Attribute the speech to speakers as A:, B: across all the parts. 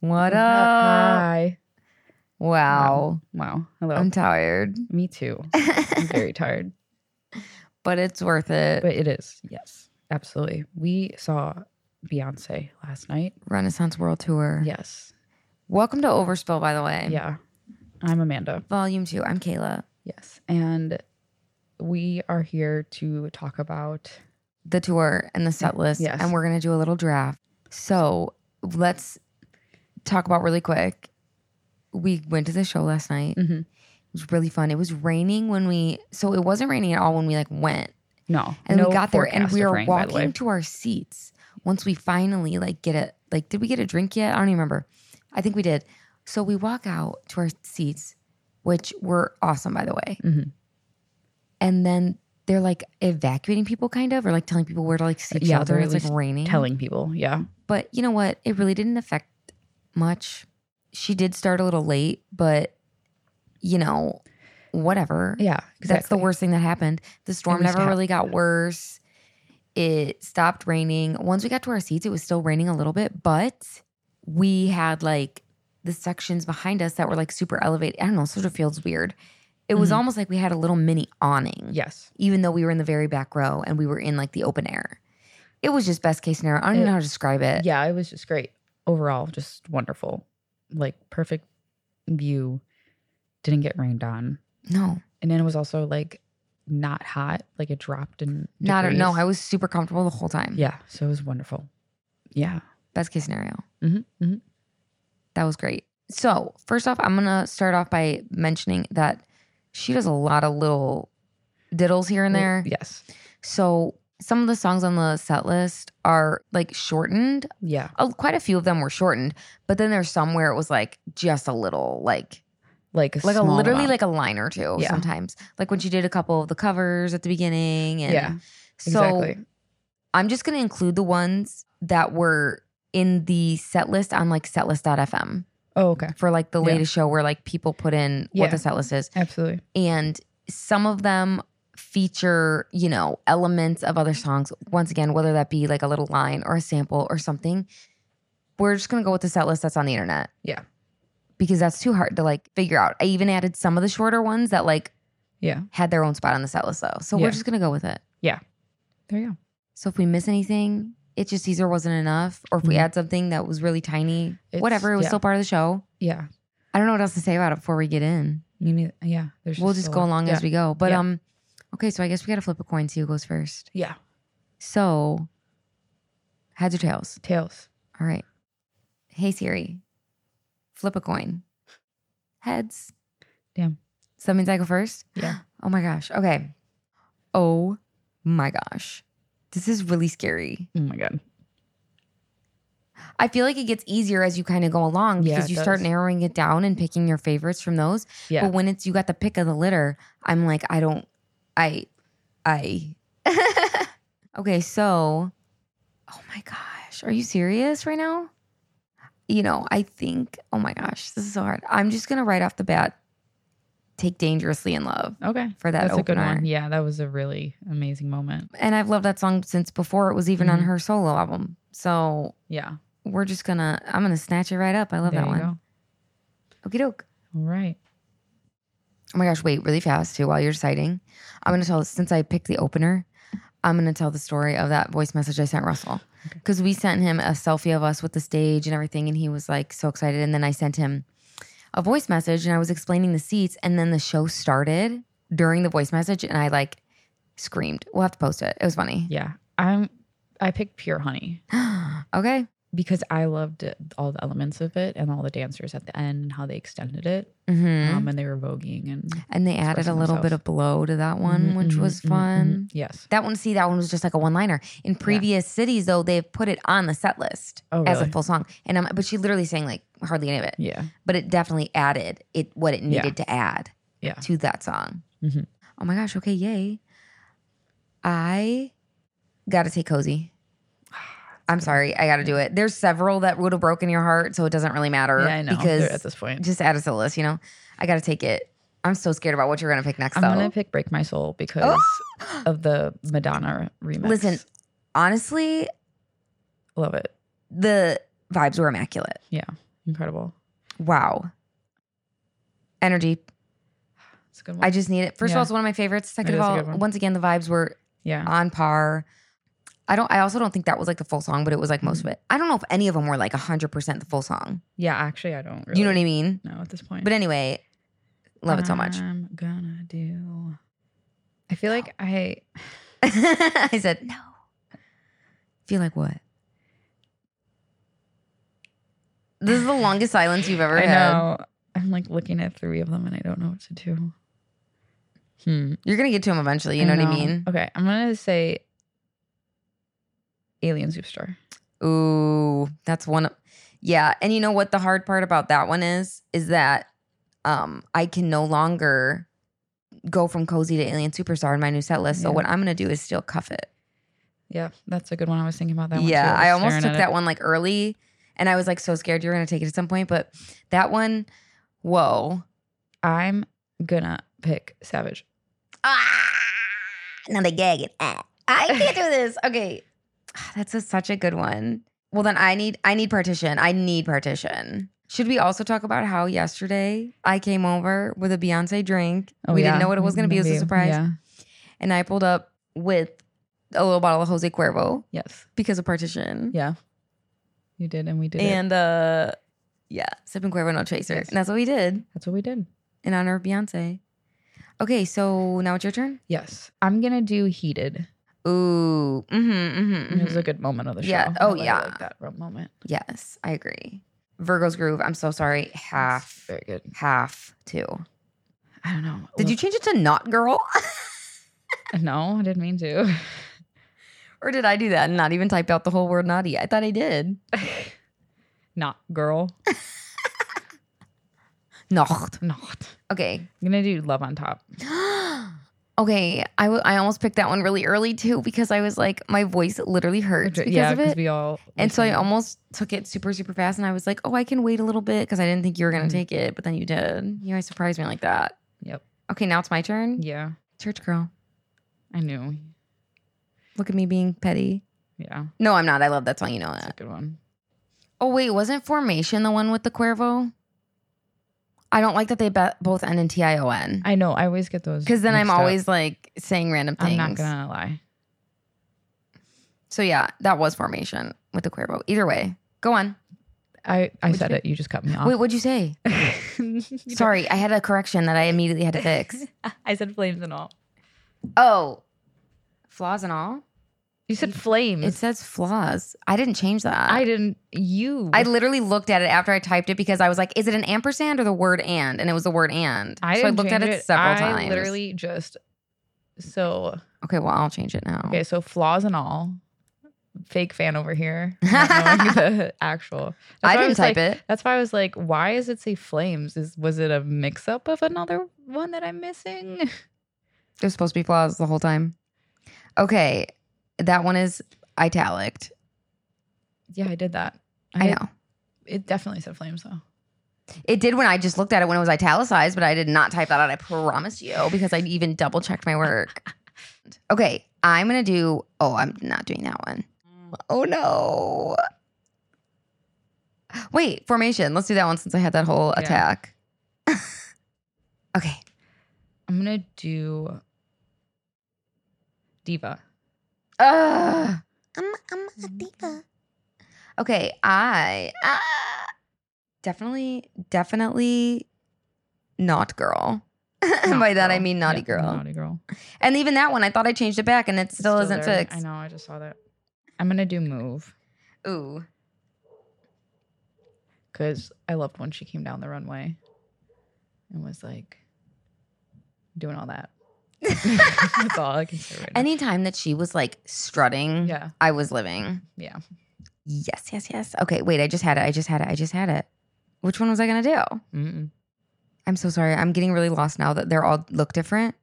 A: What up?
B: Oh, Hi.
A: Wow.
B: Wow. Hello.
A: I'm tired,
B: Me too. I'm very tired,
A: but it's worth it.
B: but it is. Yes, absolutely. We saw Beyonce last night.
A: Renaissance World Tour.
B: Yes.
A: Welcome to Overspill, by the way.
B: Yeah. I'm Amanda.
A: Volume two. I'm Kayla.
B: Yes. And we are here to talk about
A: The tour and the set list.
B: Yes.
A: And we're going to do a little draft. So let's talk about really quick. We went to the show last night.
B: Mhm.
A: It was really fun. It was raining when we, so it wasn't raining at all when we like went.
B: no.
A: and
B: no
A: we got there and
B: forecast
A: we
B: of
A: were
B: rain, by the way.
A: walking to our seats once we finally like get it like did we get a drink yet i don't even remember i think we did so we walk out to our seats which were awesome by the way
B: Mhm.
A: and then they're like evacuating people kind of or like telling people where to like seek
B: Yeah,
A: shelter
B: they're
A: it's
B: at
A: like
B: least
A: raining
B: telling people. Yeah.
A: but you know what it really didn't affect much she did start a little late but you know whatever
B: Yeah.
A: that's the
B: exactly.
A: worst thing that happened. The storm
B: It was
A: never
B: ha-
A: really got worse. It stopped raining. Once we got to our seats, it was still raining a little bit, but we had like the sections behind us that were like super elevated. I don't know, sort of feels weird. It was
B: Mhm.
A: almost like we had a little mini awning,
B: Yes.
A: even though we were in the very back row and we were in like the open air. It was just best case scenario. I don't even
B: It-
A: know how to describe it.
B: yeah, it was just great overall, just wonderful, like perfect view. Didn't get rained on,
A: No,
B: and then it was also like not hot, like it dropped in.
A: not
B: degrees.
A: no. I was super comfortable the whole time.
B: yeah, so it was wonderful. Yeah,
A: Best case scenario.
B: hmm hmm
A: That was great. So, first off, I'm going to start off by mentioning that she does a lot of little diddles here and there.
B: Yes,
A: So, some of the songs on the set list are like shortened.
B: yeah,
A: Oh, quite a few of them were shortened, but then there's some where it was like just a little, like,
B: like a
A: like a
B: small
A: literally
B: amount.
A: like a line or two
B: Yeah.
A: sometimes. Like when she did a couple of the covers at the beginning. And
B: yeah,
A: so
B: exactly.
A: I'm just going to include the ones that were in the set list on like setlist.fm
B: Oh, okay,
A: for like the
B: Yeah.
A: latest show where like people put in what
B: Yeah.
A: the set list is.
B: absolutely.
A: And some of them feature, you know, elements of other songs. Once again, whether that be like a little line or a sample or something, we're just gonna go with the set list that's on the internet.
B: Yeah.
A: Because that's too hard to like figure out. I even added some of the shorter ones that like
B: Yeah,
A: had their own spot on the set list though. So
B: Yeah.
A: we're just gonna go with it.
B: there you go.
A: So if we miss anything, it just Caesar wasn't enough, or if we
B: Mhm.
A: add something that was really tiny,
B: It's-
A: whatever, it was
B: yeah.
A: still part of the show.
B: Yeah,
A: I don't know what else to say about it before we get in.
B: you need. Yeah, there's.
A: we'll just
B: a
A: go
B: lot.
A: along
B: yeah.
A: as we go. But
B: Yeah.
A: um, okay, so I guess we gotta flip a coin. See who goes first.
B: Yeah,
A: So, heads or tails?
B: tails.
A: All right. Hey Siri, flip a coin. Heads.
B: Damn.
A: So that means I go first.
B: Yeah.
A: Oh my gosh. Okay. Oh my gosh. This is really scary.
B: Oh my god.
A: I feel like it gets easier as you kind of go along
B: Yeah,
A: because
B: it
A: you start
B: does.
A: narrowing it down and picking your favorites from those.
B: Yeah.
A: But when it's you got the pick of the litter, I'm like, I don't, I, I. okay, so, oh my gosh, are you serious right now? You know, I think, oh my gosh, this is so hard. I'm just gonna right off the bat take dangerously in love
B: okay.
A: for that
B: That's a good
A: opener.
B: one. Yeah, that was a really amazing moment.
A: And I've loved that song since before it was even on
B: Mhm.
A: her solo album. So
B: Yeah.
A: we're just gonna, I'm gonna snatch it right up. I love
B: there
A: that
B: you
A: one.
B: go.
A: Okie doke.
B: All right.
A: Oh my gosh, wait, really fast too while you're deciding. I'm gonna tell since I picked the opener, I'm gonna tell the story of that voice message I sent Russell.
B: Okay.
A: Because we sent him a selfie of us with the stage and everything, and he was like so excited. And then I sent him a voice message and I was explaining the seats, and then the show started during the voice message, and I like screamed. We'll have to post it. It was funny.
B: Yeah. I'm I picked Pure Honey
A: okay.
B: because I loved it- all the elements of it and all the dancers at the end and how they extended it.
A: hmm
B: Um and they were voguing and
A: and they added a
B: expressing
A: little bit
B: themselves.
A: of blow to that one,
B: Mhm,
A: which
B: mhm,
A: was
B: mhm, mhm.
A: fun.
B: Yes.
A: That one, see, that one was just like a one liner. In previous cities, though, they've put it on the set list
B: Oh,
A: as a
B: really?
A: full song. And um, but she literally sang like hardly any of it,
B: Yeah.
A: but it definitely added it what it
B: Yeah.
A: needed to add
B: Yeah.
A: to that song.
B: Mhm.
A: Oh my gosh! Okay, yay! I gotta say, cozy. I'm sorry, I gotta do it. There's several that would have broken your heart, so it doesn't really matter.
B: Yeah, I know.
A: because
B: They're at this point.
A: just add it to the list. You know, I gotta take it. I'm so scared about what you're gonna pick next.
B: I'm
A: though. Oh,
B: gonna pick Break My Soul because of the Madonna remix.
A: Listen, honestly,
B: Love it.
A: the vibes were immaculate.
B: Yeah. Incredible.
A: Wow. Energy.
B: It's a good one.
A: I just need it. First of
B: Yeah.
A: all, it's one of my favorites. Second
B: It
A: of
B: is a
A: all,
B: good one.
A: once again, the vibes were
B: yeah.
A: on par. I don't. I also don't think that was like the full song, but it was like most of it. I don't know if any of them were like hundred percent the full song.
B: Yeah, actually, I don't really
A: You know what I mean?
B: No, at this point.
A: But anyway, love it so much.
B: I'm gonna do. I feel like I
A: I said no. Feel like what? This is the longest silence you've ever
B: I
A: had.
B: know. I'm like looking at three of them and I don't know what to do. Hmm.
A: You're gonna get to him eventually. You know, what I mean?
B: Okay, I'm gonna say Alien Zoopstar.
A: Ooh, that's one. of- Yeah, and you know what the hard part about that one is is that um I can no longer go from cozy to alien superstar in my new set list. So
B: Yeah.
A: what I'm gonna do is still cuff it.
B: Yeah, that's a good one. I was thinking about that one. too.
A: yeah,
B: was
A: I almost
B: staring
A: took
B: at
A: that
B: it.
A: one like early, and I was like so scared you were gonna take it at some point. But that one, whoa,
B: I'm gonna pick Savage.
A: ah, now they gagging. Ah, I can't do this. Okay, that's a, such a good one. Well, then I need I need partition. I need partition. Should we also talk about how yesterday I came over with a Beyonce drink? we
B: Oh, yeah.
A: didn't know what it was going to be. It was a
B: Maybe.
A: surprise,
B: Yeah.
A: and I pulled up with a little bottle of Jose Cuervo
B: Yes.
A: because of partition.
B: Yeah. You did, and we did. it.
A: and uh, yeah, sipping Cuervo no chaser,
B: Yes.
A: and that's what we did
B: That's what we did.
A: in honor of Beyonce. Okay, so now it's your turn.
B: Yes. I'm gonna do Heated.
A: Ooh, mm-hmm, mm-hmm,
B: It was a good moment of the show.
A: Yeah. Oh,
B: I
A: yeah.
B: like that real moment.
A: Yes, I agree. Virgo's groove. I'm so sorry.
B: It's
A: Half,
B: Very good.
A: half two.
B: I don't know.
A: Did you change it to not girl,
B: No, I didn't mean to.
A: or did I do that and not even type out the whole word naughty? I thought I did.
B: Not girl.
A: Nacht.
B: Not.
A: Okay.
B: I'm gonna do love on top.
A: okay. I w- I almost picked that one really early too because I was like my voice literally hurts because
B: yeah,
A: of it.
B: we all.
A: and so I
B: listen.
A: almost took it super, super fast. And I was like, oh, I can wait a little bit because I didn't think you were going to
B: Mhm.
A: take it. But then you did. You always surprised me like that.
B: Yep.
A: Okay. Now it's my turn.
B: Yeah,
A: Church girl.
B: I knew.
A: Look at me being petty.
B: Yeah,
A: No, I'm not. I love that song. You know
B: that's
A: that.
B: a good one.
A: Oh wait, wasn't Formation the one with the Cuervo? I don't like that they be- both end in T I O N
B: I know. I always get those.
A: because then I'm
B: mixed up.
A: always like saying random things.
B: I'm not gonna lie.
A: So yeah, that was Formation with the Cuervo. Either way, go on.
B: I I
A: What'd
B: said
A: you-
B: it. You just cut me
A: Wait,
B: off.
A: what'd you say?
B: Oh. You
A: Sorry, I had a correction that I immediately had to
B: don't-
A: fix.
B: I said flames and all.
A: oh, flaws and all.
B: You said flames.
A: It says flaws. I didn't change that.
B: I didn't. You.
A: I literally looked at it after I typed it because I was like, is it an ampersand or the word and? And it was the word and.
B: I
A: so I
B: didn't
A: looked at
B: change
A: it, several
B: I
A: times.
B: literally just. So
A: Okay, well, I'll change it now.
B: okay, so flaws and all. Fake fan over here. not knowing the actual.
A: I
B: That's why
A: didn't
B: was
A: type
B: like,
A: it.
B: That's why I was like, why is it say flames? Is was it a mix up of another one that I'm missing?
A: There's supposed to be flaws the whole time. Okay, that one is italicked.
B: Yeah, I did that.
A: I know.
B: It definitely said flames though.
A: It did when I just looked at it when it was italicized, but I did not type that out. I promise you, because I even double checked my work. Okay, I'm gonna do. Oh, I'm not doing that one. Oh no. Wait, formation. Let's do that one since I had that whole
B: Yeah.
A: attack. okay.
B: I'm gonna do Diva.
A: Ugh. I'm, I'm a diva. Okay, I ah, definitely, definitely not girl.
B: Not
A: By that I
B: girl.
A: mean naughty
B: Yeah,
A: girl.
B: Naughty girl.
A: And even that one, I thought I changed it back, and it
B: It's
A: still, isn't
B: there.
A: fixed.
B: I know, I just saw that. I'm gonna do move
A: Ooh,
B: because I loved when she came down the runway and was like doing all that. That's all I can say right now.
A: anytime that she was like strutting,
B: yeah,
A: I was living.
B: yeah.
A: Yes, yes, yes. Okay, wait, I just had it. I just had it. I just had it. Which one was I gonna do?
B: Mm-mm.
A: I'm so sorry. I'm getting really lost now that they're all look different.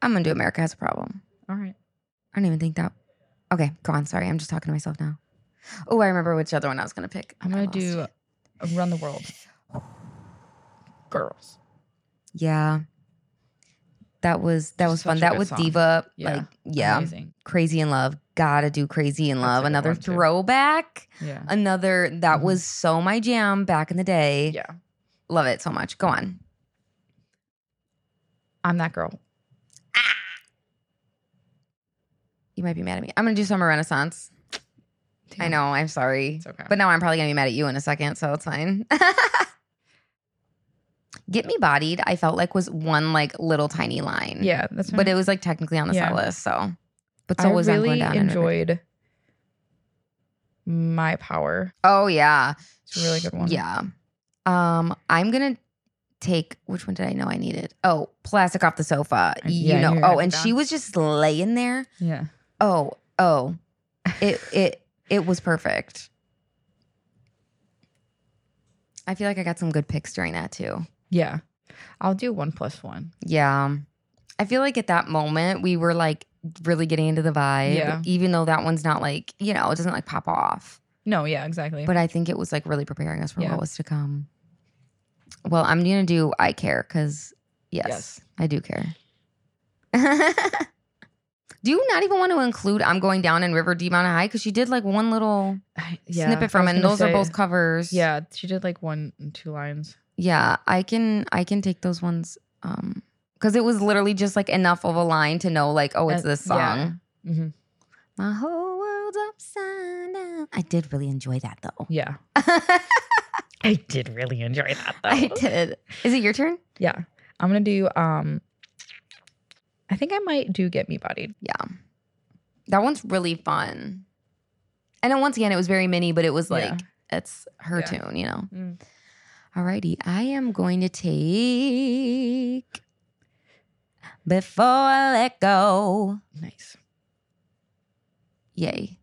A: I'm gonna do America has a problem.
B: All right.
A: I don't even think that. Okay, go on. Sorry, I'm just talking to myself now. Oh, I remember which other one I was gonna pick.
B: I'm
A: I
B: gonna
A: lost
B: do
A: it.
B: Run the World. Girls.
A: Yeah, that was that was
B: Such
A: fun.
B: a
A: That
B: good
A: was
B: song.
A: Diva.
B: Yeah.
A: Like yeah,
B: Amazing.
A: Crazy in Love. Gotta do Crazy in
B: That's a
A: Love.
B: good
A: Another
B: one, too.
A: throwback.
B: Yeah.
A: Another that
B: Mhm.
A: was so my jam back in the day.
B: Yeah.
A: Love it so much. Go on.
B: I'm that girl.
A: You might be mad at me. I'm gonna do summer renaissance. I
B: Damn.
A: know. I'm sorry.
B: It's okay.
A: But now I'm probably gonna be mad at you in a second, so it's fine. Get me bodied. I felt like was one like little tiny line.
B: yeah, that's
A: but it was like technically on the
B: Yeah.
A: set list. So, but
B: I
A: so was
B: really
A: on going down. and everything.
B: enjoyed my power.
A: Oh yeah,
B: It's a really good one.
A: Yeah. Um, I'm gonna take which one did I know I needed? Oh, plastic off the sofa.
B: I-
A: you
B: yeah,
A: know.
B: you
A: Oh,
B: had
A: and
B: that.
A: she was just laying there.
B: Yeah.
A: Oh, oh, it it it was perfect. I feel like I got some good picks during that too.
B: Yeah. I'll do one plus one.
A: Yeah. I feel like at that moment we were like really getting into the vibe.
B: Yeah.
A: Even though that one's not like, you know, it doesn't like pop off.
B: No, yeah, exactly.
A: But I think it was like really preparing us for
B: Yeah.
A: what was to come. Well, I'm gonna do I care because yes,
B: Yes.
A: I do care. do you not even want to include I'm going down in River Deep Mountain High because she did like one little
B: I- yeah, I
A: snippet from
B: was
A: it, and
B: gonna
A: those
B: say-
A: are both covers.
B: Yeah, she did like one and two lines.
A: yeah. I can I can take those ones um because it was literally just like enough of a line to know like oh it's
B: Uh,
A: this
B: yeah.
A: song.
B: hmm
A: My whole world's upside down. I did really enjoy that though.
B: Yeah. I did really enjoy that though.
A: I did. Is it your turn?
B: Yeah. I'm gonna do um I think I might do get me bodied.
A: Yeah. That one's really fun. And then once again, it was very mini, but it was like,
B: Yeah.
A: it's her
B: Yeah.
A: tune, you know?
B: Mm.
A: Alrighty. I am going to take Before I Let Go.
B: Nice.
A: Yay.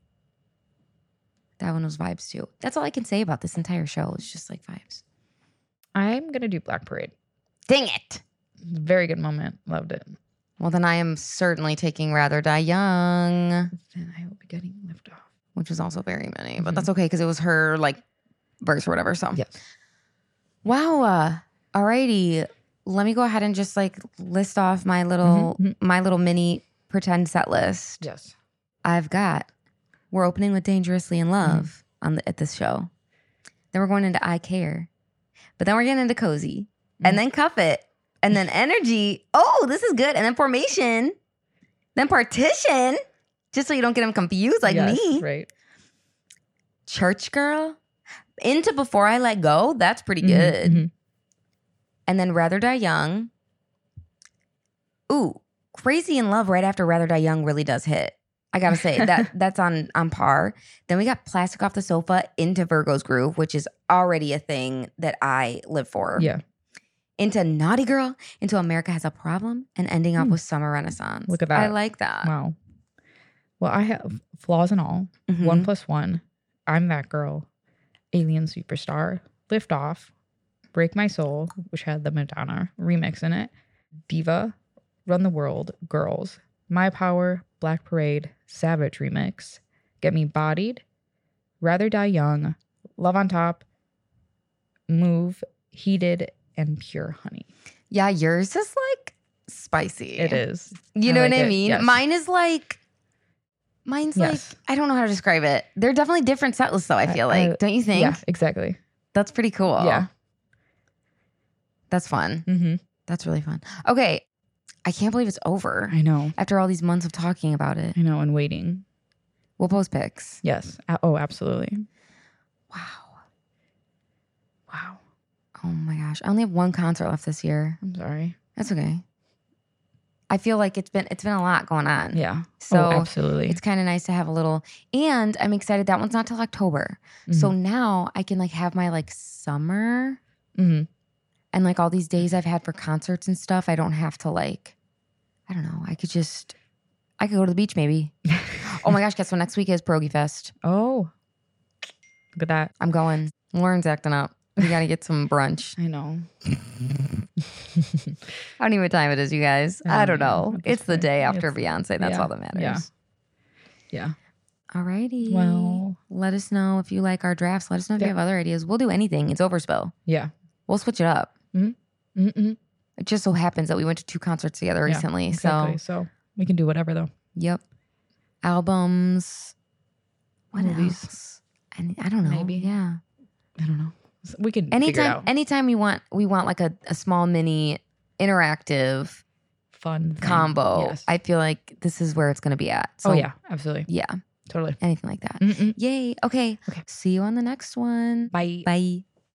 A: That one was vibes too. That's all I can say about this entire show. It's just like vibes.
B: I'm gonna do Black Parade.
A: Dang it.
B: Very good moment. Loved it.
A: Well, then I am certainly taking Rather Die Young,
B: Then I will be getting left off.
A: which was also very mini, but
B: Mhm.
A: that's okay because it was her like verse or whatever. So
B: Yes.
A: Wow. Uh, alrighty. Let me go ahead and just like list off my little
B: Mhm,
A: my little mini pretend set list.
B: Yes.
A: I've got we're opening with Dangerously in
B: Mm-hmm.
A: Love on the, at this show. Then we're going into I Care. But then we're getting into Cozy.
B: Mhm.
A: And then Cuff It. And then Energy. Oh, this is good. And then Formation. Then Partition. Just so you don't get them confused like
B: Yes,
A: me.
B: Right.
A: Church Girl. Into Before I Let Go. That's pretty
B: Mhm,
A: good
B: mhm.
A: and then Rather Die Young. Ooh, Crazy in Love right after Rather Die Young really does hit. I gotta say that that's on on par. Then we got Plastic Off the Sofa into Virgo's Groove, which is already a thing that I live for.
B: Yeah.
A: Into Naughty Girl, into America Has a Problem, and ending off
B: Hmm.
A: with Summer Renaissance.
B: Look at
A: I
B: that.
A: like that.
B: Wow. Well, I have flaws and all.
A: Mhm.
B: One plus one. I'm that girl. Alien superstar. Lift off. Break my soul, which had the Madonna remix in it. Diva. Run the world. Girls. My power. Black parade. Savage remix. Get me bodied. Rather die young. Love on top. Move. Heated and pure honey.
A: Yeah, yours is like spicy.
B: It is.
A: You
B: I
A: know
B: like
A: what I
B: it,
A: mean?
B: yes.
A: Mine is like mine's
B: Yes.
A: like I don't know how to describe it. They're definitely different set lists though, I
B: I-
A: feel like.
B: I-
A: don't you think?
B: Yeah, exactly.
A: That's pretty cool.
B: Yeah.
A: That's fun.
B: Mm-hmm.
A: That's really fun. Okay. I can't believe it's over
B: I know.
A: after all these months of talking about it.
B: I know. And waiting.
A: We'll post pics.
B: Yes. A- Oh, absolutely.
A: Wow.
B: Wow.
A: Oh my gosh. I only have one concert left this year.
B: I'm sorry.
A: That's okay. I feel like it's been it's been a lot going on.
B: Yeah.
A: So
B: oh, absolutely.
A: it's kind of nice to have a little and I'm excited that one's not till October.
B: Mm-hmm.
A: So now I can like have my like summer
B: Mhm.
A: and like all these days I've had for concerts and stuff. I don't have to like, I don't know. I could just, I could go to the beach maybe.
B: Mhm.
A: Oh my gosh, guess what? Next week is Pierogi Fest.
B: oh, look at that.
A: I'm going. Lauren's acting up. We gotta get some brunch.
B: I know.
A: I don't even know what time it is, you guys. I don't know.
B: At this
A: It's the
B: point,
A: day after
B: it's-
A: Beyonce. That's
B: yeah,
A: all that matters.
B: yeah. yeah.
A: Alrighty.
B: Well.
A: let us know if you like our drafts. Let us know if
B: Yeah.
A: you have other ideas. We'll do anything. It's overspill.
B: Yeah.
A: We'll switch it up.
B: Mm-mm.
A: It just so happens that we went to two concerts together
B: Yeah,
A: recently.
B: Exactly.
A: So,
B: So we can do whatever though.
A: yep. Albums. What
B: Movies.
A: else? I, mean, I don't know.
B: Maybe.
A: Yeah.
B: I don't know. So we can figure it
A: Anytime,
B: out.
A: anytime we want, we want like a, a small mini interactive
B: Fun thing.
A: combo.
B: Yes.
A: I feel like this is where it's going to be at. So
B: oh yeah, absolutely,
A: yeah,
B: totally.
A: anything like that.
B: Mm-mm.
A: Yay. Okay.
B: Okay.
A: See you on the next one.
B: Bye.
A: Bye.